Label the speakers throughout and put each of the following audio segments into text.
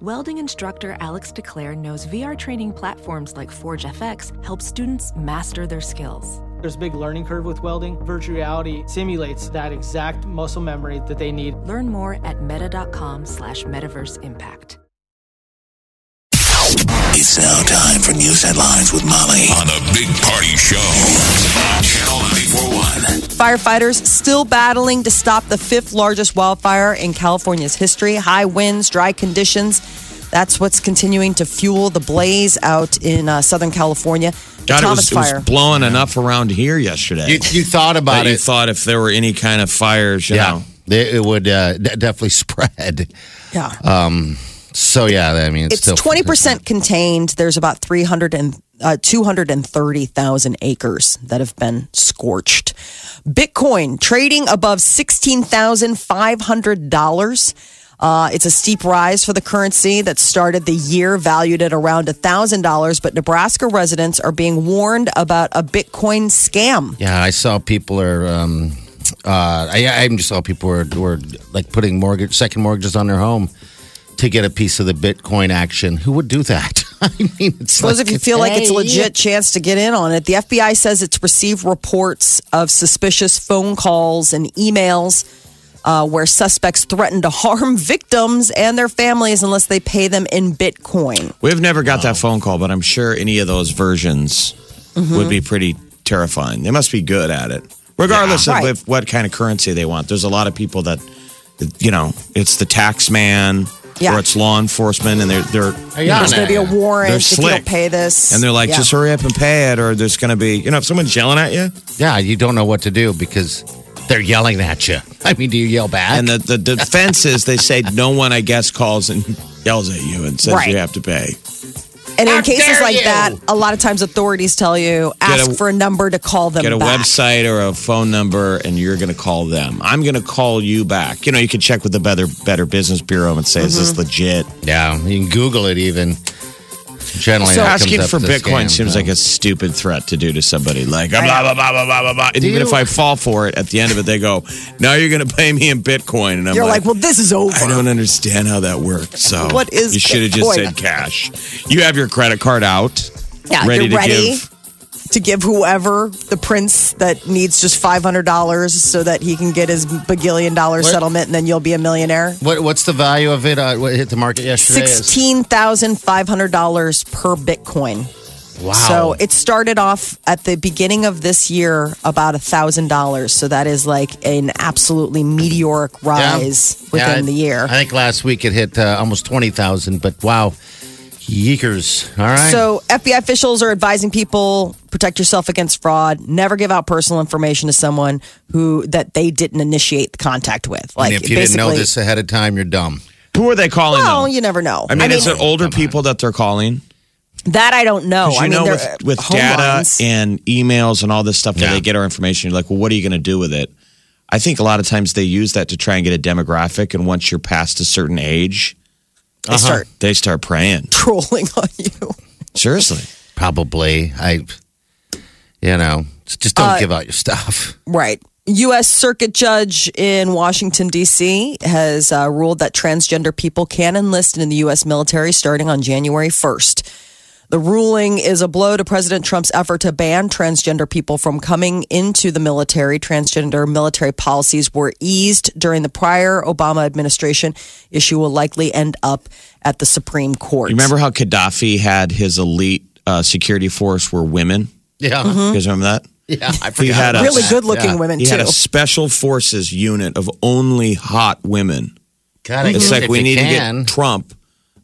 Speaker 1: Welding instructor Alex DeClaire knows VR training platforms like Forge FX help students master their skills.
Speaker 2: There's a big learning curve with welding. Virtual reality simulates that exact muscle memory that they need.
Speaker 1: Learn more at meta.com slash metaverse impact.
Speaker 3: It's now time for news headlines with Molly on the Big Party Show. Channel 941.
Speaker 4: Firefighters still battling to stop the fifth largest wildfire in California's history. High winds, dry conditions. That's what's continuing to fuel the blaze out in uh, Southern California.
Speaker 5: God, it
Speaker 4: Thomas
Speaker 5: was, it was
Speaker 4: Fire.
Speaker 5: blowing enough around here yesterday.
Speaker 6: You, you thought
Speaker 5: that
Speaker 6: about
Speaker 5: you
Speaker 6: it.
Speaker 5: thought if there were any kind of fires, you
Speaker 6: yeah.
Speaker 5: know.
Speaker 6: They- It would uh, de- definitely spread.
Speaker 4: yeah.
Speaker 6: So, yeah, I mean, it's,
Speaker 4: it's
Speaker 6: still.
Speaker 4: 20% contained. There's about 300 and uh, 230,000 acres that have been scorched. Bitcoin trading above $16,500. Uh, it's a steep rise for the currency that started the year valued at around $1,000, but Nebraska residents are being warned about a Bitcoin scam.
Speaker 6: Yeah, I saw people are. Um, uh, I, I even saw people were, were like putting mortgage second mortgages on their home to get a piece of the Bitcoin action. Who would do that? I mean, it's
Speaker 4: Suppose
Speaker 6: like,
Speaker 4: if you feel like it's a legit chance to get in on it. The FBI says it's received reports of suspicious phone calls and emails uh, where suspects threaten to harm victims and their families unless they pay them in Bitcoin.
Speaker 5: We've never got that phone call, but I'm sure any of those versions
Speaker 4: Mm-hmm.
Speaker 5: would be pretty terrifying. They must be good at it, regardless of
Speaker 4: Right.
Speaker 5: if, what kind of currency they want. There's a lot of people that, you know, it's the tax man
Speaker 4: Yeah.
Speaker 5: or it's law enforcement, and they're they're
Speaker 6: Hey, yeah,
Speaker 4: There's going to be a
Speaker 6: man.
Speaker 4: warrant
Speaker 5: They're
Speaker 4: if you
Speaker 5: slick.
Speaker 4: don't pay this.
Speaker 5: and they're like,
Speaker 4: Yeah.
Speaker 5: just hurry up and pay it, or there's going to be, you know, if someone's yelling at you,
Speaker 6: Yeah, you don't know what to do because they're yelling at you. I mean, do you yell back?
Speaker 5: and the, the defense is they say no one, I guess, calls and yells at you and says
Speaker 4: Right.
Speaker 5: you have to pay.
Speaker 4: And in
Speaker 6: How
Speaker 4: cases
Speaker 6: dare
Speaker 4: like
Speaker 6: you!
Speaker 4: that, a lot of times authorities tell you
Speaker 5: Get
Speaker 4: ask
Speaker 5: a-
Speaker 4: for a number to call them
Speaker 5: Get a
Speaker 4: back.
Speaker 5: website or a phone number, and you're going to call them. I'm going to call you back. You know, you could check with the Better Better Business Bureau and say, is this legit?
Speaker 6: yeah, you can Google it even. Generally,
Speaker 5: So
Speaker 6: that comes
Speaker 5: asking
Speaker 6: up
Speaker 5: for
Speaker 6: with a
Speaker 5: Bitcoin
Speaker 6: scam,
Speaker 5: seems
Speaker 6: so.
Speaker 5: like a stupid threat to do to somebody. Like blah blah blah blah blah blah. blah. And even
Speaker 6: you-
Speaker 5: if I fall for it, at the end of it, they go, "Now you're going to pay me in Bitcoin," and I'm
Speaker 4: You're like, well, this is over.
Speaker 5: I don't understand how that works. So
Speaker 4: What is
Speaker 5: you should have just
Speaker 4: Bitcoin?
Speaker 5: said cash. You have your credit card out,
Speaker 4: Yeah,
Speaker 5: ready
Speaker 4: you're
Speaker 5: to
Speaker 4: ready
Speaker 5: give.
Speaker 4: to give whoever the prince that needs just five hundred dollars so that he can get his bagillion dollar
Speaker 6: What?
Speaker 4: settlement, and then you'll be a millionaire.
Speaker 6: What, what's the value of it? Uh, what hit the market yesterday? It's-
Speaker 4: Sixteen thousand five hundred dollars per Bitcoin.
Speaker 6: Wow.
Speaker 4: So it started off at the beginning of this year about a thousand dollars. So that is like an absolutely meteoric
Speaker 6: Yeah.
Speaker 4: rise
Speaker 6: Yeah,
Speaker 4: within
Speaker 6: I-
Speaker 4: the year.
Speaker 6: I think last week it hit uh, almost 20,000, but wow. Yeekers. All right.
Speaker 4: So, FBI officials are advising people protect yourself against fraud. Never give out personal information to someone who that they didn't initiate the contact with. Like
Speaker 6: and if you didn't know
Speaker 4: basically-
Speaker 6: this ahead of time, you're dumb.
Speaker 5: Who are they calling?
Speaker 4: well,
Speaker 5: though?
Speaker 4: you never know.
Speaker 5: I mean, is it
Speaker 4: mean,
Speaker 5: older people that they're calling?
Speaker 4: that I don't know.
Speaker 5: 'Cause You
Speaker 4: I mean,
Speaker 5: know,
Speaker 4: they're,
Speaker 5: with, with
Speaker 4: uh, home
Speaker 5: data
Speaker 4: lines.
Speaker 5: and emails and all this stuff that
Speaker 6: Yeah.
Speaker 5: they get our information, you're like, well, what are you going to do with it? I think a lot of times they use that to try and get a demographic. And once you're past a certain age,
Speaker 4: they
Speaker 5: uh-huh.
Speaker 4: start
Speaker 5: they start praying.
Speaker 4: trolling on you.
Speaker 5: Seriously.
Speaker 6: Probably. I, you know, just don't
Speaker 4: Uh,
Speaker 6: give out your stuff.
Speaker 4: Right. U.S. Circuit Judge in Washington, D.C. has uh, ruled that transgender people can enlist in the U.S. military starting on January 1st. The ruling is a blow to President Trump's effort to ban transgender people from coming into the military. Transgender military policies were eased during the prior Obama administration. Issue will likely end up at the Supreme Court.
Speaker 5: You remember how Gaddafi had his elite uh, security force were women?
Speaker 6: Yeah.
Speaker 5: You guys remember that?
Speaker 6: Yeah. I forgot.
Speaker 5: He had a
Speaker 4: Mm-hmm. really good-looking women
Speaker 5: he had
Speaker 4: too.
Speaker 5: a special forces unit of only hot women.
Speaker 6: God, I
Speaker 5: It's
Speaker 6: guess
Speaker 5: like
Speaker 6: if
Speaker 5: we
Speaker 6: you
Speaker 5: need to
Speaker 6: can.
Speaker 5: get Trump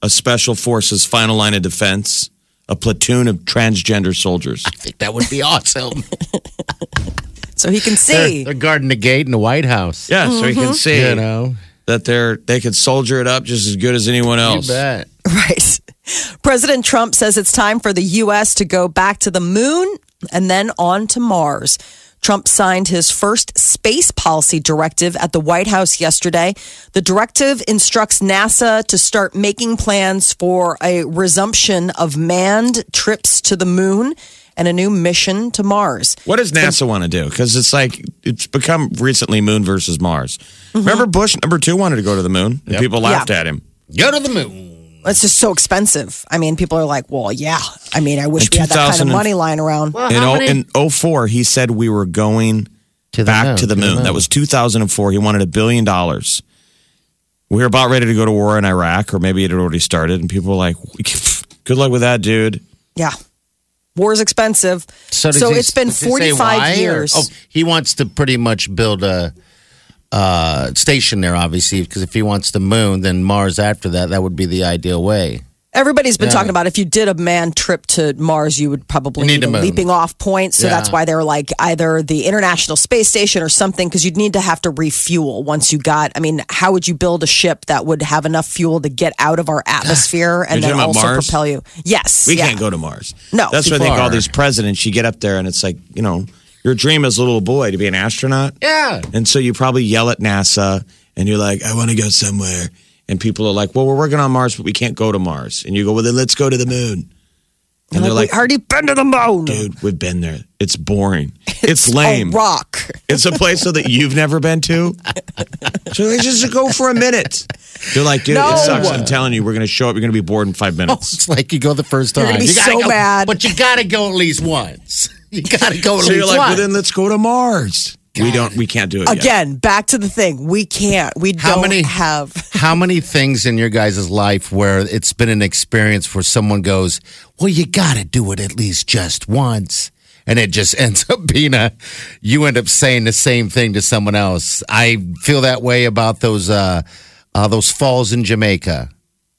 Speaker 5: a special forces final line of defense, a platoon of transgender soldiers.
Speaker 6: I think that would be awesome.
Speaker 4: so he can
Speaker 6: they're,
Speaker 4: see.
Speaker 6: they're guarding the gate in the White House.
Speaker 5: Yeah, so you
Speaker 6: Mm-hmm.
Speaker 5: can see
Speaker 6: You know,
Speaker 5: that they're they could soldier it up just as good as anyone
Speaker 6: you
Speaker 5: else.
Speaker 6: bet.
Speaker 4: Right. President Trump says it's time for the U.S. to go back to the moon and then on to Mars. Trump signed his first space policy directive at the White House yesterday. The directive instructs NASA to start making plans for a resumption of manned trips to the moon and a new mission to Mars.
Speaker 5: What does NASA want to do? Because it's like it's become recently Moon
Speaker 6: Mm-hmm.
Speaker 5: versus Mars. Remember Bush number two wanted to go to the moon, and people laughed
Speaker 4: Yeah.
Speaker 5: at him.
Speaker 6: Go to the moon.
Speaker 4: It's just so expensive. I mean, people are like, well, yeah. I mean, I wish
Speaker 5: In
Speaker 4: we had that kind of
Speaker 5: 2000
Speaker 4: money lying around.
Speaker 6: Well,
Speaker 5: In,
Speaker 6: how
Speaker 5: o-
Speaker 6: many-
Speaker 5: in 04, he said we were going
Speaker 6: To the
Speaker 5: back
Speaker 6: moon,
Speaker 5: to the moon. That was 2004. He wanted a billion dollars. We were about ready to go to war in Iraq, or maybe it had already started. And people were like, good luck with that, dude.
Speaker 4: Yeah. War is expensive. So,
Speaker 6: does he-
Speaker 4: it's been
Speaker 6: does he say
Speaker 4: 45
Speaker 6: why, or-
Speaker 4: years.
Speaker 6: oh, he wants to pretty much build a uh, station there, obviously, because if he wants the moon, then Mars after that, that would be the ideal way.
Speaker 4: Everybody's been talking about if you did a manned trip to Mars, you would probably
Speaker 6: You need
Speaker 4: need,
Speaker 6: to
Speaker 4: a
Speaker 6: move.
Speaker 4: leaping off point. So that's
Speaker 6: Yeah.
Speaker 4: why they were like either the International Space Station or something, because you'd need to have to refuel once you got. I mean, how would you build a ship that would have enough fuel to get out of our atmosphere and
Speaker 5: You're
Speaker 4: then
Speaker 5: talking about
Speaker 4: also
Speaker 5: Mars?
Speaker 4: propel you? Yes.
Speaker 5: We
Speaker 4: yeah.
Speaker 5: can't go to Mars.
Speaker 4: No,
Speaker 5: That's
Speaker 4: too
Speaker 5: why I think
Speaker 6: far.
Speaker 5: all these presidents, you get up there and it's like, you know, your dream as a little boy to be an astronaut.
Speaker 6: Yeah.
Speaker 5: And so you probably yell at NASA and you're like, I want to go somewhere. And people are like, well, we're working on Mars, but we can't go to Mars. And you go, well, then let's go to the moon. And they're
Speaker 4: Like,
Speaker 5: like,
Speaker 4: we already been to the moon.
Speaker 5: dude, we've been there. It's boring. It's,
Speaker 4: A
Speaker 5: lame.
Speaker 4: rock.
Speaker 5: It's a place so that you've never been to. So they just go for a minute. You're like, dude,
Speaker 4: No.
Speaker 5: it sucks. I'm telling you, we're going to show up. You're going to be bored in
Speaker 6: Oh,
Speaker 5: five minutes.
Speaker 6: It's like you go the first time.
Speaker 4: gonna be
Speaker 6: you gotta
Speaker 4: so
Speaker 6: go,
Speaker 4: bad.
Speaker 6: But you got to go at least once. You got to go at
Speaker 5: So
Speaker 6: least
Speaker 5: you're like, well,
Speaker 6: once.
Speaker 5: then let's go to Mars. We don't. We can't do it yet.
Speaker 4: Again, back to the thing. We can't. We
Speaker 6: How
Speaker 4: don't
Speaker 6: many-
Speaker 4: have.
Speaker 6: How many things in your guys' life where it's been an experience where someone goes, well, you got to do it at least just once. And it just ends up being a, you end up saying the same thing to someone else. I feel that way about those, uh, uh, those falls in Jamaica.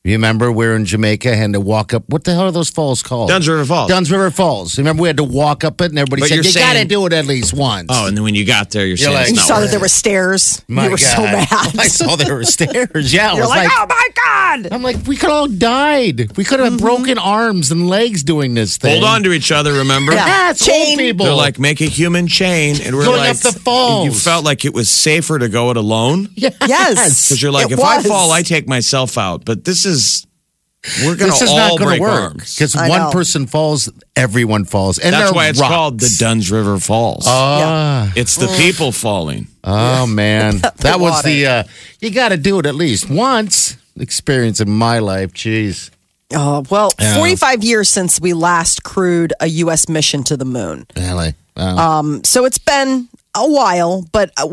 Speaker 6: You remember we were in Jamaica and had to walk up, what the hell are those falls called?
Speaker 5: Duns River Falls.
Speaker 6: Duns River Falls. Remember we had to walk up it and everybody
Speaker 5: But
Speaker 6: said,
Speaker 5: you're
Speaker 6: you got to
Speaker 5: saying-
Speaker 6: do it at least once.
Speaker 5: Oh, and then when you got there, you're,
Speaker 6: You're
Speaker 5: saying
Speaker 6: like-
Speaker 5: it's
Speaker 4: You
Speaker 5: not
Speaker 4: saw
Speaker 5: worth
Speaker 4: that there were stairs.
Speaker 6: My
Speaker 4: you were so
Speaker 6: God.
Speaker 4: mad.
Speaker 6: I saw there were stairs. Yeah. I
Speaker 4: You're
Speaker 6: was
Speaker 4: like, oh my God.
Speaker 6: I'm like, we could all died. We could have
Speaker 4: Mm-hmm.
Speaker 6: broken arms and legs doing this
Speaker 5: it.
Speaker 6: thing.
Speaker 5: Hold on to each other. Remember?
Speaker 4: Yeah.
Speaker 6: Yeah, it's
Speaker 4: Chain.
Speaker 6: old people.
Speaker 5: They're like, make a human chain, and we're
Speaker 6: Going
Speaker 5: like,
Speaker 6: up the falls.
Speaker 5: You felt like it was safer to go it alone
Speaker 6: yes.
Speaker 4: Yes.
Speaker 5: because you're like,
Speaker 4: It
Speaker 5: if I
Speaker 4: was.
Speaker 5: fall, I take myself out. But this is, we're gonna
Speaker 6: This is
Speaker 5: all
Speaker 6: not going
Speaker 5: break
Speaker 6: to work
Speaker 5: arms.
Speaker 6: because
Speaker 4: I
Speaker 6: one
Speaker 4: know.
Speaker 6: person falls, everyone falls, and
Speaker 5: That's
Speaker 6: they're
Speaker 5: why it's
Speaker 6: rocks.
Speaker 5: called the Duns River Falls.
Speaker 6: Ah.
Speaker 5: it's the people falling.
Speaker 6: oh man, that was
Speaker 4: water.
Speaker 6: the. Uh, you got to do it at least once. Experience in my life, jeez.
Speaker 4: Oh, well, 45 years since we last crewed a U.S. mission to the moon. Um,
Speaker 6: Really?
Speaker 4: Uh, So it's been a while, but uh,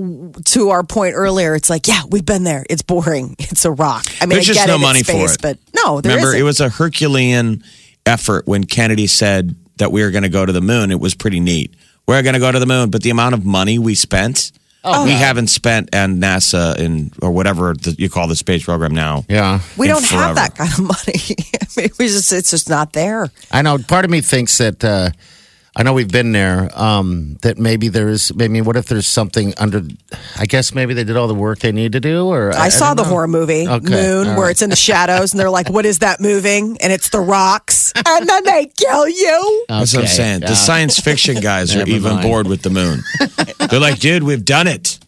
Speaker 4: to our point earlier, it's like, yeah, we've been there. It's boring. It's a rock. I mean,
Speaker 5: There's
Speaker 4: I
Speaker 5: just
Speaker 4: get
Speaker 5: no
Speaker 4: it,
Speaker 5: money
Speaker 4: it's
Speaker 5: for
Speaker 4: space,
Speaker 5: it.
Speaker 4: But no, there
Speaker 5: Remember,
Speaker 4: isn't.
Speaker 5: it was a Herculean effort when Kennedy said that we were going to go to the moon. It was pretty neat. We're going to go to the moon, but the amount of money we spent,
Speaker 6: Oh,
Speaker 5: we haven't spent, and NASA and or whatever the, you call the space program now.
Speaker 6: yeah.
Speaker 4: we
Speaker 5: in
Speaker 4: don't have
Speaker 5: forever.
Speaker 4: that kind of money. I mean, we just, it's just not there.
Speaker 6: I know. Part of me thinks that uh, I know we've been there. Um, that maybe there is. I mean, what if there's something under? I guess maybe they did all the work they need to do. Or
Speaker 4: I, saw
Speaker 6: don't
Speaker 4: the
Speaker 6: know.
Speaker 4: horror movie
Speaker 6: Okay,
Speaker 4: Moon,
Speaker 6: all
Speaker 4: where
Speaker 6: right.
Speaker 4: it's in the shadows, and they're like, "What is that moving?" And it's the rocks, and then they kill you.
Speaker 5: That's what I'm
Speaker 6: Okay,
Speaker 5: saying. The
Speaker 6: yeah.
Speaker 5: science fiction guys are
Speaker 6: Never
Speaker 5: even
Speaker 6: mind.
Speaker 5: bored with the moon. They're like, dude, we've done it.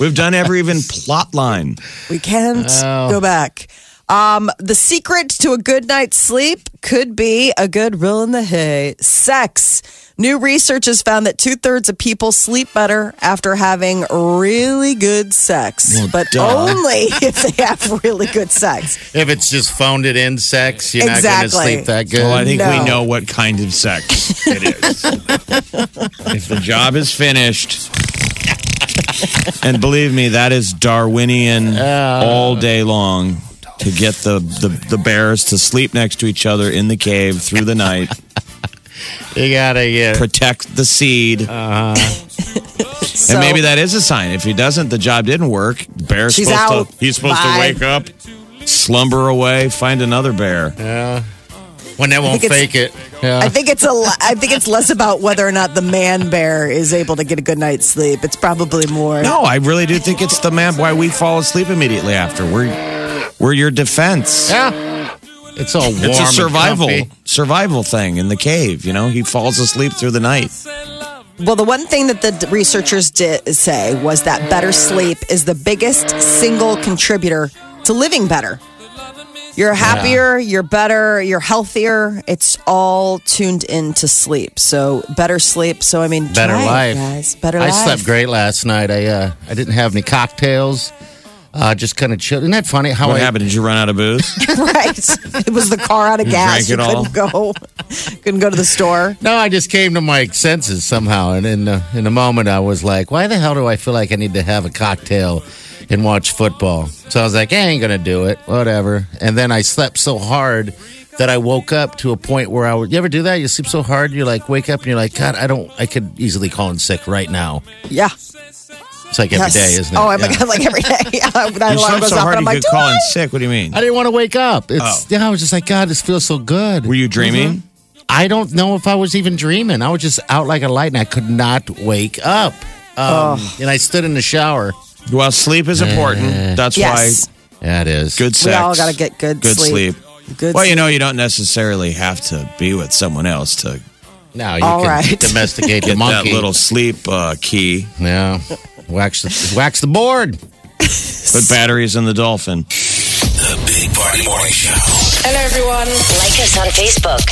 Speaker 5: We've done every even plot line.
Speaker 4: We can't
Speaker 5: Oh.
Speaker 4: go back. Um, the secret to a good night's sleep could be a good rule in the hay sex. New research has found that two thirds of people sleep better after having really good sex, but
Speaker 5: duh.
Speaker 4: only if they have really good sex.
Speaker 6: If it's just founded in sex, you're not
Speaker 4: Exactly.
Speaker 6: going to sleep that good.
Speaker 5: Well, I think
Speaker 4: No.
Speaker 5: we know what kind of sex it is. if the job is finished, and believe me, that is Darwinian
Speaker 4: Oh.
Speaker 5: all day long to get the, the, the bears to sleep next to each other in the cave through the night,
Speaker 6: you gotta get.
Speaker 5: protect the seed.
Speaker 4: Uh.
Speaker 5: and maybe that is a sign. If he doesn't, the job didn't work. Bear's
Speaker 4: She's
Speaker 5: supposed
Speaker 4: out.
Speaker 5: to he's supposed
Speaker 4: Bye.
Speaker 5: to wake up, slumber away, find another bear.
Speaker 6: when they won't
Speaker 4: think it's-
Speaker 6: fake it. Yeah.
Speaker 5: uh,
Speaker 4: I think it's a. le- I think it's less about whether or not the man bear is able to get a good night's sleep. It's probably more.
Speaker 5: No, I really do think it's the man why we fall asleep immediately after. We're we're your defense.
Speaker 6: yeah. It's all warm.
Speaker 5: It's a
Speaker 6: and
Speaker 5: survival
Speaker 6: comfy.
Speaker 5: survival thing in the cave, you know? He falls asleep through the night.
Speaker 4: Well, the one thing that the d- researchers did say was that better sleep is the biggest single contributor to living better. You're happier, you're better, you're healthier. It's all tuned into sleep. So better sleep. So I mean,
Speaker 6: Better
Speaker 4: try it,
Speaker 6: life.
Speaker 4: guys. Better
Speaker 6: I
Speaker 4: life.
Speaker 6: slept great last night. I uh, I didn't have any cocktails. Uh, just kind of chill. Isn't that funny? How
Speaker 5: What
Speaker 6: I,
Speaker 5: happened? Did you run out of booze?
Speaker 4: right. It was the car out of gas.
Speaker 5: drank it
Speaker 4: couldn't go. couldn't go to the store.
Speaker 6: No, I just came to my senses somehow, and in the, in the moment, I was like, "Why the hell do I feel like I need to have a cocktail and watch football?" So I was like, "I ain't gonna do it, whatever." And then I slept so hard that I woke up to a point where I would. You ever do that? You sleep so hard, you like wake up and you're like, "God, I don't. I could easily call in sick right now."
Speaker 4: Yeah.
Speaker 6: It's like every
Speaker 4: Yes.
Speaker 6: day, isn't it?
Speaker 4: Oh, I'm
Speaker 6: Yeah.
Speaker 4: like, like every day. Yeah, that alarm
Speaker 5: You slept
Speaker 4: goes
Speaker 5: so
Speaker 4: off, and
Speaker 5: hard
Speaker 4: I'm
Speaker 5: you
Speaker 4: like,
Speaker 5: could
Speaker 4: do
Speaker 5: call in
Speaker 4: I?
Speaker 5: sick. What do you mean?
Speaker 6: I didn't want to wake up. It's
Speaker 5: Oh.
Speaker 6: yeah. I was just like, God, this feels so good. Mhm.
Speaker 5: Were you dreaming?
Speaker 6: I don't know if I was even dreaming. I was just out like a light, and I could not wake up. Um, And I stood in the shower.
Speaker 5: Well, sleep is important. That's
Speaker 4: Yes.
Speaker 5: why
Speaker 6: Yeah, it is.
Speaker 5: good
Speaker 4: We
Speaker 5: sex.
Speaker 4: all got to get good,
Speaker 5: good sleep.
Speaker 4: Good
Speaker 5: Well, you
Speaker 4: sleep.
Speaker 5: know, you don't necessarily have to be with someone else to
Speaker 6: Now you
Speaker 4: All
Speaker 6: can
Speaker 4: right.
Speaker 6: domesticate the
Speaker 5: get
Speaker 6: monkey.
Speaker 5: that little sleep uh, key.
Speaker 6: yeah. Wax the, wax the board.
Speaker 5: Put batteries in the dolphin.
Speaker 3: The Big Party Morning Show.
Speaker 7: Hello, everyone.
Speaker 8: Like us on Facebook.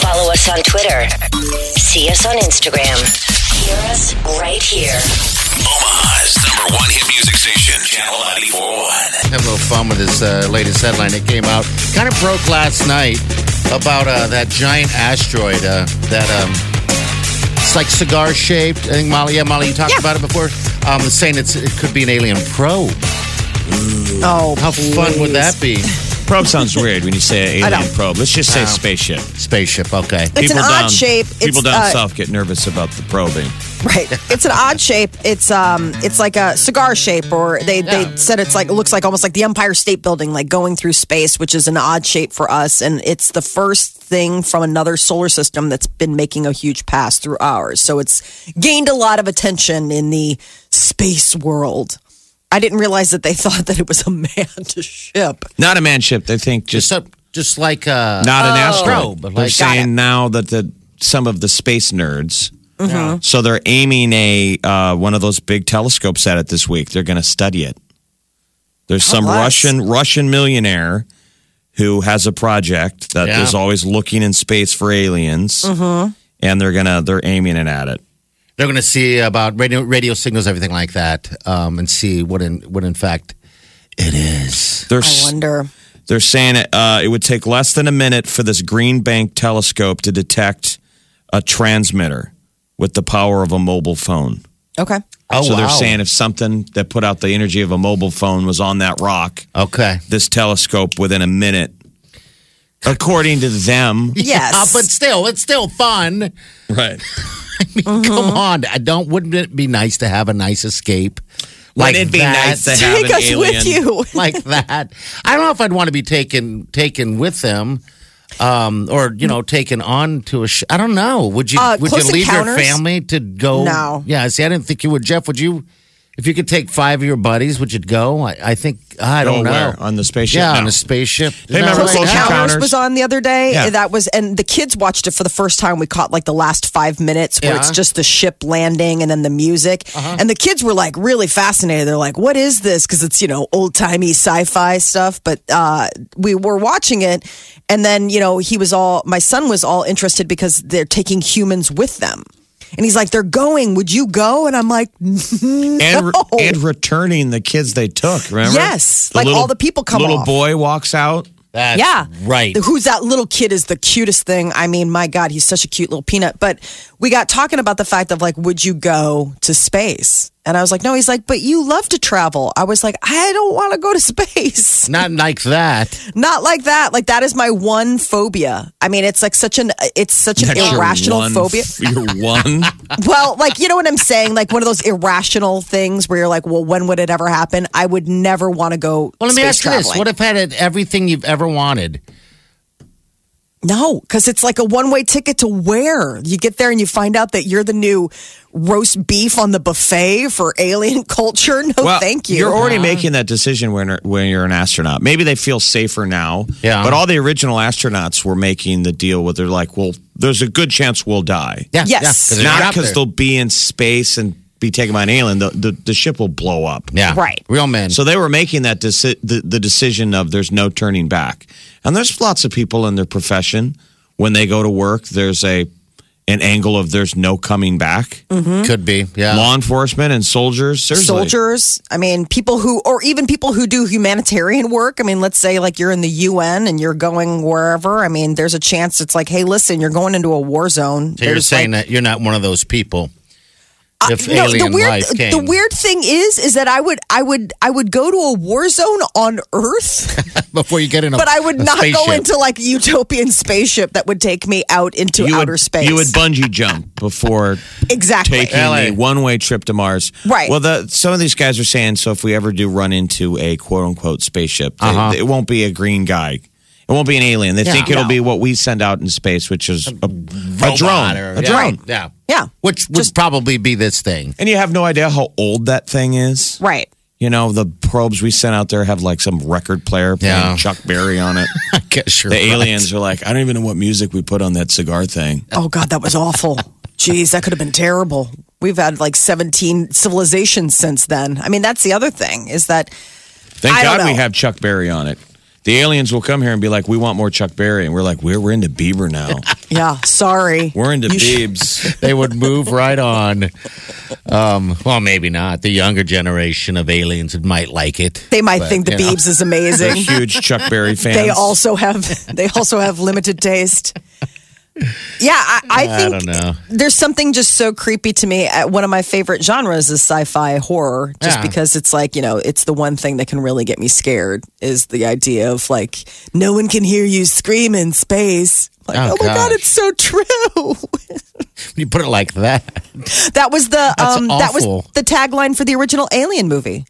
Speaker 8: Follow us on Twitter. See us on Instagram. Hear us right here.
Speaker 3: Omaha's number one hit music station, Channel 941.
Speaker 6: Have a little fun with this uh, latest headline that came out. Kind of broke last night about uh, that giant asteroid uh, that um, it's like cigar shaped. I think Molly, yeah, Molly, you talked about it before. Um, saying it's, it could be an alien probe.
Speaker 4: Oh,
Speaker 6: How fun would that be?
Speaker 5: Probe sounds weird when you say
Speaker 4: I
Speaker 5: alien
Speaker 4: know.
Speaker 5: probe. Let's just say spaceship.
Speaker 6: Spaceship. Okay.
Speaker 4: It's an odd
Speaker 5: down,
Speaker 4: shape.
Speaker 5: People
Speaker 4: It's,
Speaker 5: down
Speaker 4: uh,
Speaker 5: south get nervous about the probing.
Speaker 4: Right. It's an odd shape. It's um it's like a cigar shape or they they said it's like it looks like almost like the Empire State Building like going through space, which is an odd shape for us and it's the first thing from another solar system that's been making a huge pass through ours. So it's gained a lot of attention in the space world. I didn't realize that they thought that it was a manned ship.
Speaker 5: Not a man ship. They think just
Speaker 6: Just up, just like uh,
Speaker 5: not an asteroid.
Speaker 6: Probe,
Speaker 5: They're
Speaker 6: like- Got
Speaker 5: saying now that the some of the space nerds. So they're aiming a uh, one of those big telescopes at it this week. They're going to study it. There's
Speaker 6: Oh,
Speaker 5: some
Speaker 4: nice.
Speaker 5: Russian Russian millionaire who has a project that is
Speaker 6: Yeah. Mm-hmm.
Speaker 5: always looking in space for aliens, and they're gonna they're aiming it at it.
Speaker 6: They're going to see about radio, radio signals, everything like that, um, and see what in what in fact it is.
Speaker 5: They're
Speaker 4: I
Speaker 5: s-
Speaker 4: wonder.
Speaker 5: They're saying uh, it would take less than a minute for this Green Bank telescope to detect a transmitter with the power of a mobile phone.
Speaker 4: Okay.
Speaker 6: Oh,
Speaker 5: so they're
Speaker 6: wow.
Speaker 5: saying if something that put out the energy of a mobile phone was on that rock,
Speaker 6: Okay.
Speaker 5: this telescope within a minute, according to them,
Speaker 4: Yes.
Speaker 6: Yeah, Uh, but still, it's still fun.
Speaker 5: right?
Speaker 4: Mm-hmm.
Speaker 6: Come on, I don't. Wouldn't it be nice to have a nice escape?
Speaker 5: Like it'd be nice to have
Speaker 4: Take
Speaker 5: an
Speaker 4: us
Speaker 5: alien.
Speaker 4: with you.
Speaker 6: like that. I don't know if I'd want to be taken taken with them, um, or you know, taken on to a. Sh- I don't know. Would you
Speaker 4: Uh,
Speaker 6: Would you
Speaker 4: Close
Speaker 6: leave your
Speaker 4: Encounters?
Speaker 6: family to go?
Speaker 4: No.
Speaker 6: Yeah. See, I didn't think you would, Jeff. Would you? If you could take five of your buddies, would you go? I, I think I
Speaker 5: Go
Speaker 6: don't know.
Speaker 5: where? On the spaceship?
Speaker 6: Yeah,
Speaker 5: No.
Speaker 6: on the spaceship.
Speaker 5: Hey, remember
Speaker 6: No,
Speaker 5: Close
Speaker 6: no.
Speaker 5: Encounters?
Speaker 4: Encounters was on the other day.
Speaker 5: Yeah.
Speaker 4: That was, and the kids watched it for the first time. We caught like the last five minutes where it's
Speaker 6: Yeah.
Speaker 4: just the ship landing and then the music.
Speaker 5: Uh-huh.
Speaker 4: And the kids were like really fascinated. They're like, what is this? Because it's, you know, old timey sci fi stuff. But uh, we were watching it. And then, you know, he was all, my son was all interested because they're taking humans with them. And he's like, they're going. Would you go? And I'm like,
Speaker 5: and,
Speaker 4: No.
Speaker 5: and returning the kids they took. Remember?
Speaker 4: Yes, like all the people come
Speaker 5: Little
Speaker 4: off.
Speaker 5: boy walks out.
Speaker 6: That's
Speaker 4: yeah.
Speaker 6: right.
Speaker 4: Who's that little kid is the cutest thing. I mean, my God, he's such a cute little peanut. But we got talking about the fact of like, would you go to space? And I was like, no. He's like, but you love to travel. I was like, I don't want to go to space.
Speaker 6: Not like that.
Speaker 4: Not like that. Like that is my one phobia. I mean, it's like such an it's such an
Speaker 5: That's your
Speaker 4: irrational
Speaker 5: one,
Speaker 4: phobia.
Speaker 5: Your one.
Speaker 4: well, like you know what I'm saying? Like one of those irrational things where you're like, well, when would it ever happen? I would never want to go.
Speaker 6: Well, let me
Speaker 4: space
Speaker 6: ask you this:
Speaker 4: traveling.
Speaker 6: What if I had everything you've ever wanted?
Speaker 4: No, because it's like a one way ticket to where you get there and you find out that you're the new roast beef on the buffet for alien culture. No, Oh, thank you.
Speaker 5: You're already making that decision when when you're an astronaut. Maybe they feel safer now.
Speaker 6: Yeah.
Speaker 5: But all the original astronauts were making the deal where they're like, well, there's a good chance we'll die.
Speaker 6: Yeah,
Speaker 4: Yes.
Speaker 6: yeah, 'cause they're
Speaker 5: Not
Speaker 6: out
Speaker 5: because
Speaker 6: there.
Speaker 5: they'll be in space and be taken by an alien. The, the, the ship will blow up.
Speaker 6: yeah,
Speaker 4: Right.
Speaker 6: real men.
Speaker 5: So they were making that deci- the, the decision of there's no turning back. And there's lots of people in their profession when they go to work, there's a an angle of there's no coming back.
Speaker 4: Mm-hmm.
Speaker 6: Could be. Yeah.
Speaker 5: Law enforcement and soldiers, seriously.
Speaker 4: soldiers. I mean, people who, or even people who do humanitarian work. I mean, let's say like you're in the UN and you're going wherever. I mean, there's a chance it's like, hey, listen, you're going into a war zone.
Speaker 6: so you're saying that you're not one of those people. If
Speaker 4: Uh, No,
Speaker 6: alien
Speaker 4: the weird,
Speaker 6: life came,
Speaker 4: the weird thing is, is that I would, I would, I would go to a war zone on Earth,
Speaker 6: before you get in a,
Speaker 4: but I would
Speaker 6: a
Speaker 4: not go
Speaker 6: spaceship.
Speaker 4: into like a utopian spaceship that would take me out into
Speaker 5: you
Speaker 4: outer
Speaker 5: would,
Speaker 4: space.
Speaker 5: You would bungee jump before
Speaker 4: exactly.
Speaker 5: taking
Speaker 6: LA.
Speaker 5: the one-way trip to Mars.
Speaker 4: Right.
Speaker 5: Well, the, some of these guys are saying so if we ever do run into a quote-unquote spaceship, they-
Speaker 6: Uh-huh.
Speaker 5: it won't be a green guy. It won't be an alien. They think it'll
Speaker 4: No.
Speaker 5: be what we send out in space, which is a, a
Speaker 6: Robot
Speaker 5: drone.
Speaker 6: or-
Speaker 5: a
Speaker 6: yeah,
Speaker 5: drone.
Speaker 6: Yeah.
Speaker 4: Yeah.
Speaker 6: Which would probably be this thing.
Speaker 5: And you have no idea how old that thing is.
Speaker 4: Right.
Speaker 5: You know, the probes we sent out there have like some record player playing
Speaker 6: Yeah.
Speaker 5: Chuck Berry on it.
Speaker 6: I guess you're
Speaker 5: the
Speaker 6: right.
Speaker 5: aliens are like, I don't even know what music we put on that cigar thing.
Speaker 4: Oh God, that was awful. Jeez, that could have been terrible. We've had like 17 civilizations since then. I mean, that's the other thing is that
Speaker 5: Thank
Speaker 4: I don't
Speaker 5: God we
Speaker 4: know.
Speaker 5: have Chuck Berry on it. The aliens will come here and be like, we want more Chuck Berry. And we're like, we're, we're into Bieber now.
Speaker 4: yeah, sorry.
Speaker 5: We're into
Speaker 4: You sh-
Speaker 5: Biebs.
Speaker 6: They would move right on. Um, well, maybe not. The younger generation of aliens might like it.
Speaker 4: they might
Speaker 6: But,
Speaker 4: think the
Speaker 6: you know.
Speaker 4: Beebs is
Speaker 5: They're
Speaker 4: amazing.
Speaker 5: huge Chuck Berry fans.
Speaker 4: They also have they also have limited taste. Yeah, I, I
Speaker 6: I
Speaker 4: think
Speaker 6: don't know.
Speaker 4: there's something just so creepy to me. Uh, One of my favorite genres is sci-fi horror, just
Speaker 6: Yeah.
Speaker 4: because it's like you know, it's the one thing that can really get me scared is the idea of like no one can hear you scream in space. Like, oh,
Speaker 6: Oh,
Speaker 4: my god,
Speaker 6: gosh.
Speaker 4: it's so true.
Speaker 6: You put it like that.
Speaker 4: that was the
Speaker 6: That's
Speaker 4: um, that was
Speaker 6: awful.
Speaker 4: the tagline for the original Alien movie.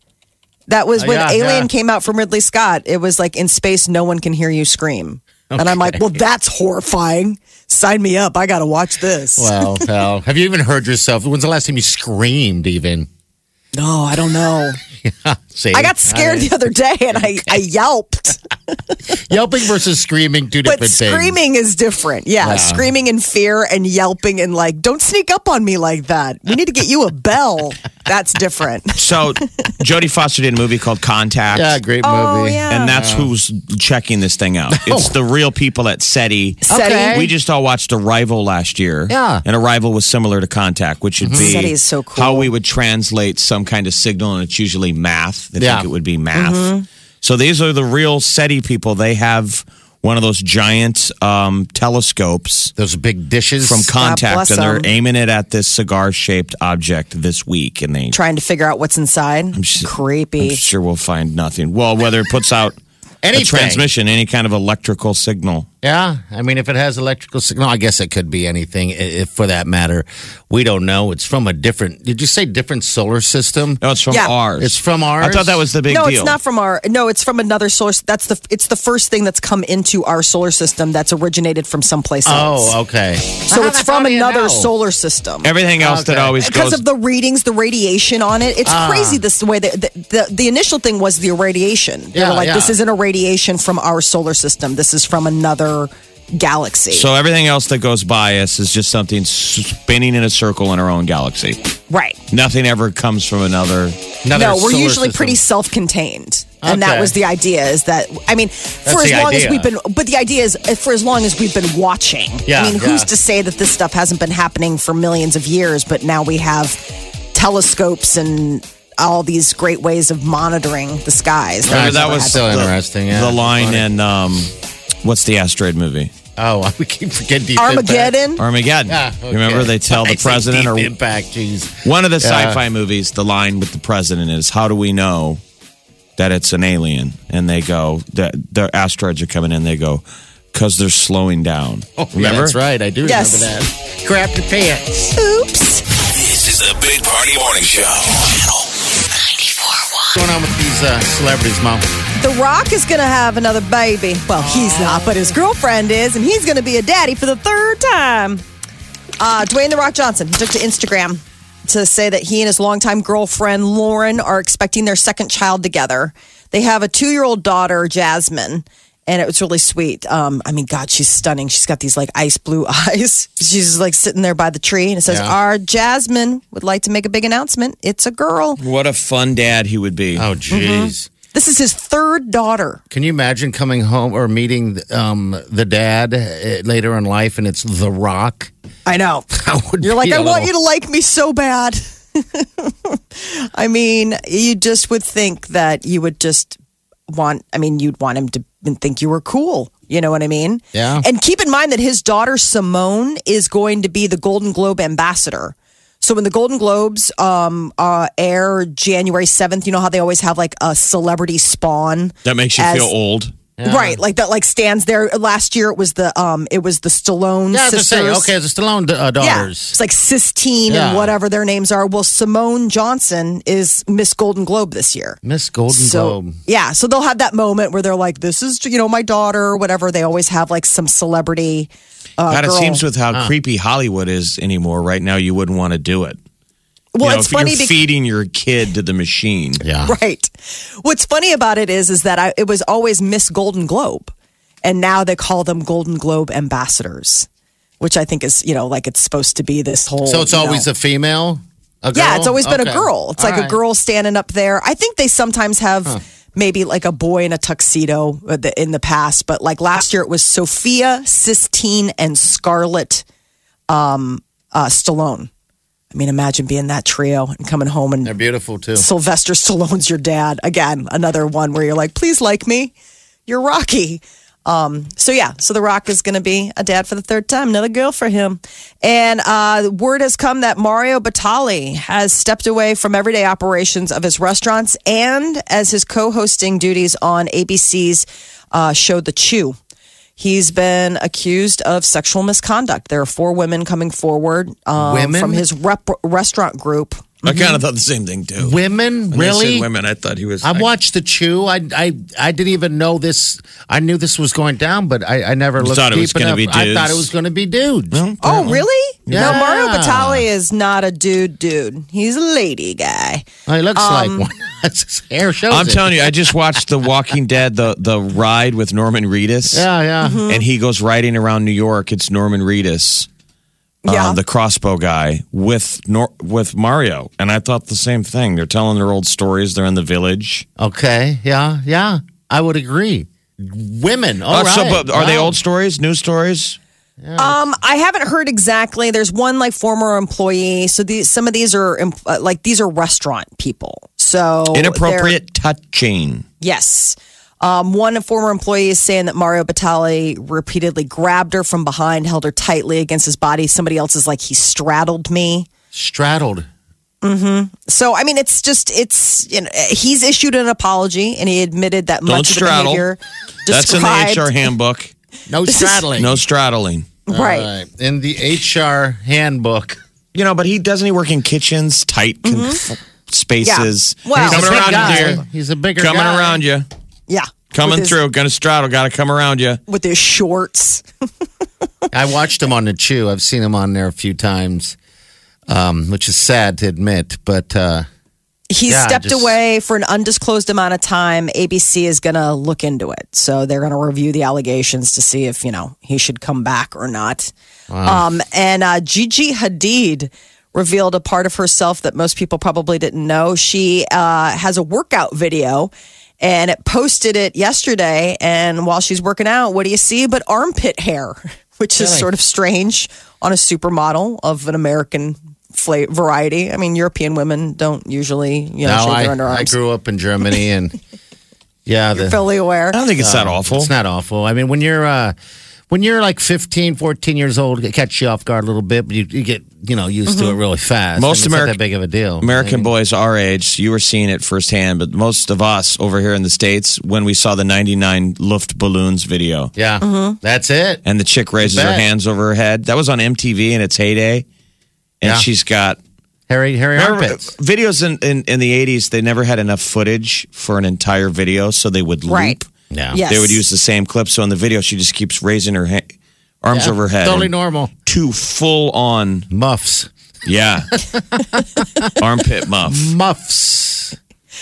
Speaker 4: That was
Speaker 6: Uh,
Speaker 4: when
Speaker 6: yeah,
Speaker 4: Alien
Speaker 6: yeah.
Speaker 4: came out from Ridley Scott. It was like in space, no one can hear you scream. And I'm like, well, that's horrifying. Sign me up. I got to watch this.
Speaker 6: Well, hell. Have you even heard yourself? When's the last time you screamed, even?
Speaker 4: No, I don't know.
Speaker 6: See?
Speaker 4: I got scared the other day and I, I yelped.
Speaker 6: Yelping versus screaming, two
Speaker 4: But
Speaker 6: different things.
Speaker 4: screaming is different. Yeah, screaming in fear and yelping and like, don't sneak up on me like that. We need to get you a bell. That's different.
Speaker 5: so Jodie Foster did a movie called Contact.
Speaker 6: Yeah, great
Speaker 4: Oh,
Speaker 6: movie.
Speaker 4: yeah. Oh.
Speaker 5: And that's who's checking this thing out. It's the real people at SETI.
Speaker 4: SETI.
Speaker 5: We just all watched Arrival last year.
Speaker 6: Yeah.
Speaker 5: And Arrival was similar to Contact, which would be
Speaker 4: SETI Mm-hmm. is so cool.
Speaker 5: how we would translate some kind of signal, and it's usually math. They
Speaker 6: Yeah.
Speaker 5: think it would be math.
Speaker 4: Mm-hmm.
Speaker 5: So these are the real SETI people. They have one of those giant um, telescopes
Speaker 6: Those big dishes.
Speaker 5: from Contact,
Speaker 4: bless
Speaker 5: and they're
Speaker 4: them.
Speaker 5: aiming it at this cigar shaped object this week. And they
Speaker 4: Trying to figure out what's inside.
Speaker 5: su-
Speaker 4: Creepy.
Speaker 5: I'm sure we'll find nothing. Well, whether it puts out
Speaker 6: Anything.
Speaker 5: a transmission, any kind of electrical signal.
Speaker 6: Yeah, I mean, if it has electrical signal, I guess it could be anything. i- If for that matter, we don't know. It's from a different. Did you say different solar system?
Speaker 5: No, it's from
Speaker 4: Yeah.
Speaker 5: ours.
Speaker 6: It's from
Speaker 5: I
Speaker 6: ours?
Speaker 5: thought that was the big
Speaker 4: no,
Speaker 5: deal.
Speaker 4: it's not from our. No, it's from another source. That's the. It's the first thing that's come into our solar system that's originated from someplace else.
Speaker 6: Oh, okay.
Speaker 4: so it's from
Speaker 6: How do you
Speaker 4: another
Speaker 6: know?
Speaker 4: solar system.
Speaker 5: Everything else that
Speaker 6: Okay.
Speaker 5: always
Speaker 4: because
Speaker 5: goes. Ah.
Speaker 4: of the readings, the radiation on it, it's crazy. This way, that the, the the initial thing was the irradiation. They
Speaker 6: Yeah,
Speaker 4: were like,
Speaker 6: yeah.
Speaker 4: "This isn't a radiation from our solar system. This is from another galaxy."
Speaker 5: so everything else that goes by us is just something spinning in a circle in our own galaxy.
Speaker 4: right?
Speaker 5: Nothing ever comes from another.
Speaker 6: Another
Speaker 4: No, we're
Speaker 6: solar
Speaker 4: usually
Speaker 6: system.
Speaker 4: pretty self-contained, and that
Speaker 6: Okay.
Speaker 4: was the idea. Is that I mean, for as
Speaker 6: the
Speaker 4: long as
Speaker 6: idea.
Speaker 4: we've been, but the idea is uh, for as long as we've been watching.
Speaker 6: Yeah,
Speaker 4: I mean, who's
Speaker 6: yeah.
Speaker 4: to say that this stuff hasn't been happening for millions of years? But now we have telescopes and all these great ways of monitoring the skies.
Speaker 5: Remember
Speaker 6: Right,
Speaker 5: that
Speaker 6: so
Speaker 5: was
Speaker 6: that's still
Speaker 5: the-
Speaker 6: interesting, yeah.
Speaker 5: The line
Speaker 6: Funny.
Speaker 5: in um, what's the asteroid movie?
Speaker 6: Oh, we keep forgetting deep Impact.
Speaker 4: Armageddon.
Speaker 5: Armageddon.
Speaker 6: Yeah, Ah, okay.
Speaker 5: Remember they tell
Speaker 6: I
Speaker 5: the
Speaker 6: say
Speaker 5: president
Speaker 6: deep
Speaker 5: or
Speaker 6: impact. Jeez.
Speaker 5: one of the
Speaker 6: Yeah.
Speaker 5: sci-fi movies. The line with the president is, "How do we know that it's an alien?" And they go, "The, the asteroids are coming in." They go, "Cause they're slowing down."
Speaker 6: Oh, yeah,
Speaker 5: Remember?
Speaker 6: that's right. I do
Speaker 4: Yes.
Speaker 6: remember that. Grab your pants.
Speaker 4: Oops.
Speaker 3: This is the Big Party Morning Show. Channel 94.1.
Speaker 6: What's going on with these uh, celebrities, mom? Oh,
Speaker 4: The Rock is going to have another baby. Well, he's not, but his girlfriend is, and he's going to be a daddy for the third time. Uh, Dwayne The Rock Johnson he took to Instagram to say that he and his longtime girlfriend, Lauren, are expecting their second child together. They have a two year old daughter, Jasmine. And it was really sweet. Um, I mean, God, she's stunning. She's got these like ice blue eyes. She's like sitting there by the tree, and it says,
Speaker 6: Yeah.
Speaker 4: "Our Jasmine would like to make a big announcement. It's a girl.
Speaker 5: What a fun dad he would be.
Speaker 6: Oh,
Speaker 4: Mm-hmm.
Speaker 6: jeez.
Speaker 4: This is his third daughter."
Speaker 6: Can you imagine coming home or meeting um, the dad uh, later in life and it's The Rock?
Speaker 4: I know.
Speaker 6: I would
Speaker 4: You're
Speaker 6: be
Speaker 4: like,
Speaker 6: a
Speaker 4: I want
Speaker 6: little-
Speaker 4: you to like me so bad. I mean, you just would think that you would just want, I mean, you'd want him to think you were cool. You know what I mean?
Speaker 6: Yeah.
Speaker 4: And keep in mind that his daughter, Simone, is going to be the Golden Globe ambassador. So when the Golden Globes um, uh, air January 7th, you know how they always have like a celebrity spawn?
Speaker 5: That makes you
Speaker 4: As-
Speaker 5: feel old.
Speaker 4: Right, like that, like stands there. Last year it was the um, it was the Stallone
Speaker 6: Yeah, I was gonna
Speaker 4: sisters.
Speaker 6: say, okay, the Stallone uh,
Speaker 4: Yeah,
Speaker 6: daughters.
Speaker 4: it's like Sistine
Speaker 6: Yeah.
Speaker 4: and whatever their names are. Well, Simone Johnson is Miss Golden Globe this year.
Speaker 6: Miss Golden
Speaker 4: So
Speaker 6: Globe.
Speaker 4: yeah, so they'll have that moment where they're like, "This is you know my daughter," or whatever. They always have like some celebrity. Uh,
Speaker 5: God, it
Speaker 4: girl.
Speaker 5: seems with how creepy Hollywood is anymore. Right now, you wouldn't want to do it.
Speaker 4: well,
Speaker 5: you know,
Speaker 4: it's
Speaker 5: if
Speaker 4: funny
Speaker 5: you're
Speaker 4: because.
Speaker 5: feeding your kid to the machine.
Speaker 6: Yeah.
Speaker 4: Right. What's funny about it is, is that I, it was always Miss Golden Globe, and now they call them Golden Globe ambassadors, which I think is you know like it's supposed to be this whole.
Speaker 6: So it's
Speaker 4: you
Speaker 6: always
Speaker 4: know-
Speaker 6: a female? A girl?
Speaker 4: yeah, it's always been
Speaker 6: Okay.
Speaker 4: a girl. It's
Speaker 6: All
Speaker 4: like a
Speaker 6: right.
Speaker 4: girl standing up there. I think they sometimes have. Maybe like a boy in a tuxedo uh, the- in the past, but like last year it was Sophia, Sistine, and Scarlett um, uh, Stallone. I mean, imagine being that trio and coming home and
Speaker 6: They're beautiful too.
Speaker 4: Sylvester Stallone's your dad. Again, another one where you're like, please like me. You're Rocky. Um, so yeah, so The Rock is going to be a dad for the third time, another girl for him. And uh, word has come that Mario Batali has stepped away from everyday operations of his restaurants and as his co-hosting duties on ABC's uh, show The Chew. He's been accused of sexual misconduct. There are four women coming forward um,
Speaker 6: Women?
Speaker 4: from his rep- restaurant group.
Speaker 5: I kind of thought the same thing too.
Speaker 6: Mm-hmm. Women,
Speaker 5: When they said
Speaker 6: really?
Speaker 5: women. I thought he was.
Speaker 6: I watched the Chew. I, I I didn't even know this. I knew this was going down, but I, I never looked
Speaker 5: thought it
Speaker 6: deep
Speaker 5: was gonna
Speaker 6: enough.
Speaker 5: be
Speaker 6: I thought
Speaker 5: dudes.
Speaker 6: it was going to be dudes.
Speaker 4: Oh, really? No,
Speaker 6: Yeah.
Speaker 4: Mario Batali is not a dude, dude. He's a lady guy.
Speaker 6: He looks
Speaker 4: um,
Speaker 6: like one. His hair shows.
Speaker 5: I'm
Speaker 6: it.
Speaker 5: telling you, I just watched The Walking Dead, the the ride with Norman Reedus.
Speaker 6: Yeah, yeah.
Speaker 4: Mm-hmm.
Speaker 5: and he goes riding around New York. It's Norman Reedus,
Speaker 4: Yeah.
Speaker 5: um, the crossbow guy, with Nor- with Mario. And I thought the same thing. They're telling their old stories. They're in the village.
Speaker 6: Okay. Yeah. Yeah. I would agree. Women. all
Speaker 5: Uh,
Speaker 6: right.
Speaker 5: so, but are they
Speaker 6: Wow.
Speaker 5: old stories, new stories?
Speaker 4: Um, I haven't heard exactly. There's one like former employee. So these, some of these are em- uh, like these are restaurant people. So
Speaker 6: Oh,
Speaker 4: they're-
Speaker 5: Inappropriate touching.
Speaker 4: Yes. Um, one former employee is saying that Mario Batali repeatedly grabbed her from behind, held her tightly against his body. Somebody else is like, he straddled me.
Speaker 6: straddled?
Speaker 4: So, I mean, it's just, it's, you know, he's issued an apology and he admitted that
Speaker 5: Don't
Speaker 4: much of the
Speaker 5: straddle.
Speaker 4: behavior
Speaker 5: That's in
Speaker 4: described-
Speaker 5: the HR handbook.
Speaker 6: No straddling.
Speaker 5: No straddling.
Speaker 4: Right.
Speaker 6: All right. In the HR handbook.
Speaker 5: You know, but he doesn't. He work in kitchens, tight
Speaker 6: Mm-hmm.
Speaker 5: con- spaces.
Speaker 4: Yeah. Well- He's a
Speaker 5: coming
Speaker 4: big
Speaker 5: around
Speaker 6: guy.
Speaker 5: you, dear.
Speaker 6: He's a bigger
Speaker 5: Coming
Speaker 6: guy.
Speaker 5: around you.
Speaker 4: Yeah.
Speaker 5: Coming
Speaker 4: With his-
Speaker 5: through. Gonna straddle. Gotta come around you.
Speaker 4: with his shorts.
Speaker 6: I watched him on the Chew. I've seen him on there a few times, um, which is sad to admit. But uh,
Speaker 4: He
Speaker 6: Yeah,
Speaker 4: stepped
Speaker 6: just-
Speaker 4: away for an undisclosed amount of time. ABC is going to look into it. So they're going to review the allegations to see if, you know, he should come back or not. Um, and uh, Gigi Hadid revealed a part of herself that most people probably didn't know. She uh, has a workout video and it posted it yesterday. And while she's working out, what do you see but armpit hair, which is sort of strange on a supermodel of an American fla- variety. I mean, European women don't usually, you know,
Speaker 6: now
Speaker 4: shave
Speaker 6: I,
Speaker 4: their
Speaker 6: I
Speaker 4: underarms.
Speaker 6: grew up in Germany and yeah, the,
Speaker 4: fully aware.
Speaker 5: I don't think it's that awful.
Speaker 6: Um, It's not awful. I mean, when you're uh, when you're like 15, 14 years old, it catches you off guard a little bit, but you, you get you know used
Speaker 4: Mm-hmm.
Speaker 6: to it really fast.
Speaker 5: Most
Speaker 6: I mean, it's not
Speaker 5: Ameri-
Speaker 6: that big of a deal.
Speaker 5: American boys our age, you were seeing it firsthand, but most of us over here in the States, when we saw the 99 Luft Balloons video
Speaker 6: yeah,
Speaker 4: Mm-hmm.
Speaker 6: that's it.
Speaker 5: and the chick raises her
Speaker 6: bet.
Speaker 5: hands over her head, that was on MTV in its heyday. And
Speaker 6: Yeah.
Speaker 5: she's got
Speaker 6: Harry Harry
Speaker 5: remember, uh,
Speaker 6: armpits.
Speaker 5: videos in, in, in the 80s, they never had enough footage for an entire video, so they would loop.
Speaker 4: Right.
Speaker 6: Yeah,
Speaker 4: Yes.
Speaker 5: They would use the same clip. So in the video, she just keeps raising her ha- arms over her head.
Speaker 6: totally
Speaker 5: and
Speaker 6: normal
Speaker 5: Two full on,
Speaker 6: muffs,
Speaker 5: yeah, armpit muff.
Speaker 6: muffs.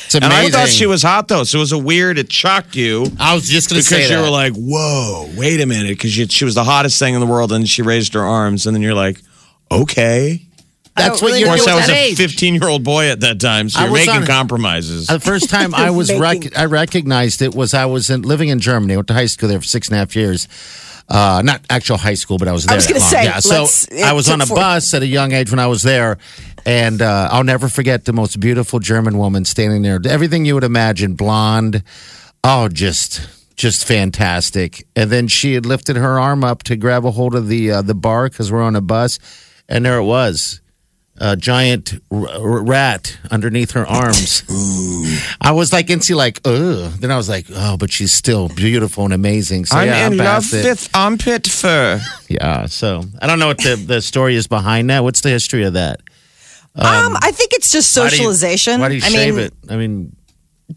Speaker 6: It's amazing.
Speaker 5: And I thought she was hot though, so it was a weird. It shocked you
Speaker 6: I was just going to
Speaker 5: because
Speaker 6: say
Speaker 5: you
Speaker 6: that.
Speaker 5: were like, "Whoa, wait a minute!" Because she was the hottest thing in the world, and she raised her arms, and then you're like, "Okay."
Speaker 6: that's
Speaker 4: I don't
Speaker 6: what
Speaker 4: really
Speaker 5: Of
Speaker 6: you're
Speaker 4: know
Speaker 5: course,
Speaker 6: doing
Speaker 5: I was
Speaker 6: at that
Speaker 5: a
Speaker 6: age.
Speaker 5: 15 year old boy at that time, so
Speaker 6: I
Speaker 5: you're
Speaker 6: was
Speaker 5: making
Speaker 6: on-
Speaker 5: compromises.
Speaker 6: Uh, The first time I was
Speaker 4: Making-
Speaker 6: rec- I recognized it was I was in, living in Germany. I went to high school there for six and a half years. Uh, not actual high school, but I was there.
Speaker 4: I was
Speaker 6: that
Speaker 4: gonna
Speaker 6: long.
Speaker 4: say,
Speaker 6: yeah. So
Speaker 4: let's- it
Speaker 6: I was
Speaker 4: took
Speaker 6: on a
Speaker 4: four-
Speaker 6: bus at a young age when I was there, and uh, I'll never forget the most beautiful German woman standing there. Everything you would imagine, blonde, oh, just just fantastic. And then she had lifted her arm up to grab a hold of the uh, the bar because we're on a bus, and there it was. A giant r- r- rat underneath her arms. I was like, and she like, ugh. Then I was like, oh, but she's still beautiful and amazing. So
Speaker 5: I'm
Speaker 6: yeah,
Speaker 5: in love
Speaker 6: past it.
Speaker 5: with armpit fur.
Speaker 6: Yeah, so I don't know what the, the story is behind that. What's the history of that?
Speaker 4: Um, I think it's just
Speaker 6: Why do you-
Speaker 4: socialization.
Speaker 6: Why do you,
Speaker 4: I
Speaker 6: shave
Speaker 4: mean,
Speaker 6: it? I mean,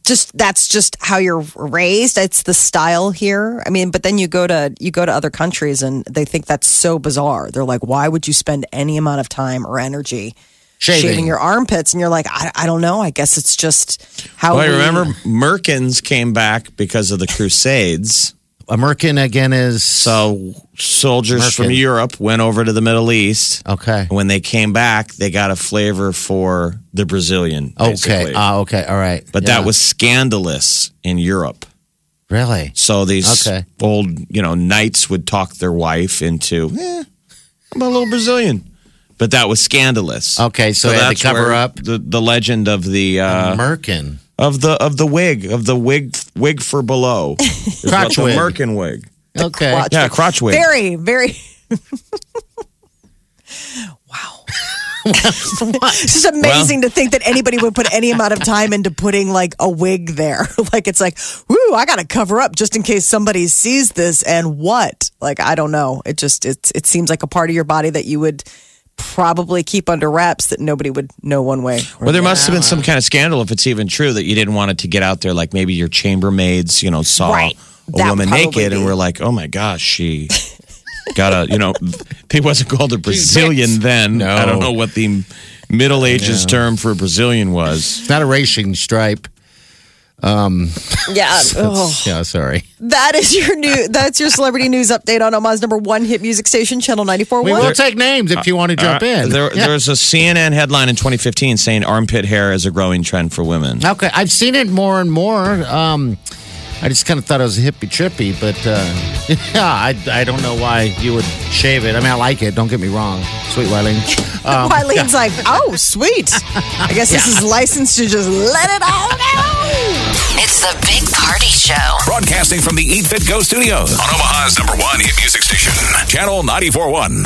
Speaker 4: just that's just how you're raised. It's the style here. I mean, but then you go to you go to other countries and they think that's so bizarre. They're like, why would you spend any amount of time or energy
Speaker 6: Shaving.
Speaker 4: your armpits? And you're like, I, I don't know. I guess it's just how.
Speaker 5: Well, I
Speaker 4: we-
Speaker 5: remember Merkins came back because of the Crusades.
Speaker 6: American again is
Speaker 5: So soldiers from
Speaker 6: Merkin.
Speaker 5: Europe went over to the Middle East.
Speaker 6: okay.
Speaker 5: When they came back, they got a flavor for the Brazilian.
Speaker 6: Okay.
Speaker 5: basically.
Speaker 6: Ah, okay. All right.
Speaker 5: but
Speaker 6: Yeah.
Speaker 5: that was scandalous in Europe.
Speaker 6: really
Speaker 5: So these
Speaker 6: Okay.
Speaker 5: old, you know, knights would talk their wife into, eh, I'm a little Brazilian. But that was scandalous.
Speaker 6: Okay, so they had to
Speaker 5: that's
Speaker 6: cover
Speaker 5: where
Speaker 6: up.
Speaker 5: the, the legend of the uh,
Speaker 6: American.
Speaker 5: of the of the wig of the wig wig for below is what
Speaker 6: Crotch
Speaker 5: the
Speaker 6: wig.
Speaker 5: Merkin wig.
Speaker 6: Okay.
Speaker 4: Watch
Speaker 5: Yeah,
Speaker 4: it.
Speaker 5: crotch wig.
Speaker 4: Very, very. wow. it's just amazing to think that anybody would put any amount of time into putting like a wig there. like it's like, woo, I gotta cover up just in case somebody sees this and what? Like, I don't know. It just it's it seems like a part of your body that you would probably keep under wraps that nobody would know one way.
Speaker 5: Well, there must have been some kind of scandal if it's even true that you didn't want it to get out there. Like maybe your chambermaids, you know, saw
Speaker 4: Right.
Speaker 5: a
Speaker 4: That would
Speaker 5: woman
Speaker 4: probably
Speaker 5: naked and
Speaker 4: be-
Speaker 5: were like, "Oh my gosh, she got a," you know, they wasn't called a Brazilian then.
Speaker 6: No.
Speaker 5: I don't know what the Middle Ages term for Brazilian was.
Speaker 6: It's not a racing stripe.
Speaker 4: Yeah. Oh.
Speaker 6: Yeah, sorry.
Speaker 4: That is your new that's your celebrity news update on Omaha's number one hit music station, channel ninety four
Speaker 6: We
Speaker 4: one.
Speaker 6: will take names if you want to jump in.
Speaker 5: Uh, There,
Speaker 6: Yeah.
Speaker 5: There's a CNN headline in 2015 saying armpit hair is a growing trend for women.
Speaker 6: Okay, I've seen it more and more. Um, I just kind of thought it was hippy trippy, but uh, yeah, I, I don't know why you would shave it. I mean, I like it. Don't get me wrong, sweet Wiley. Um,
Speaker 4: Wileen's like, oh, sweet. I guess this is licensed to just let it all out.
Speaker 8: It's the Big Party Show.
Speaker 3: Broadcasting from the Eat Fit Go studios on Omaha's number one hit music station, Channel 941.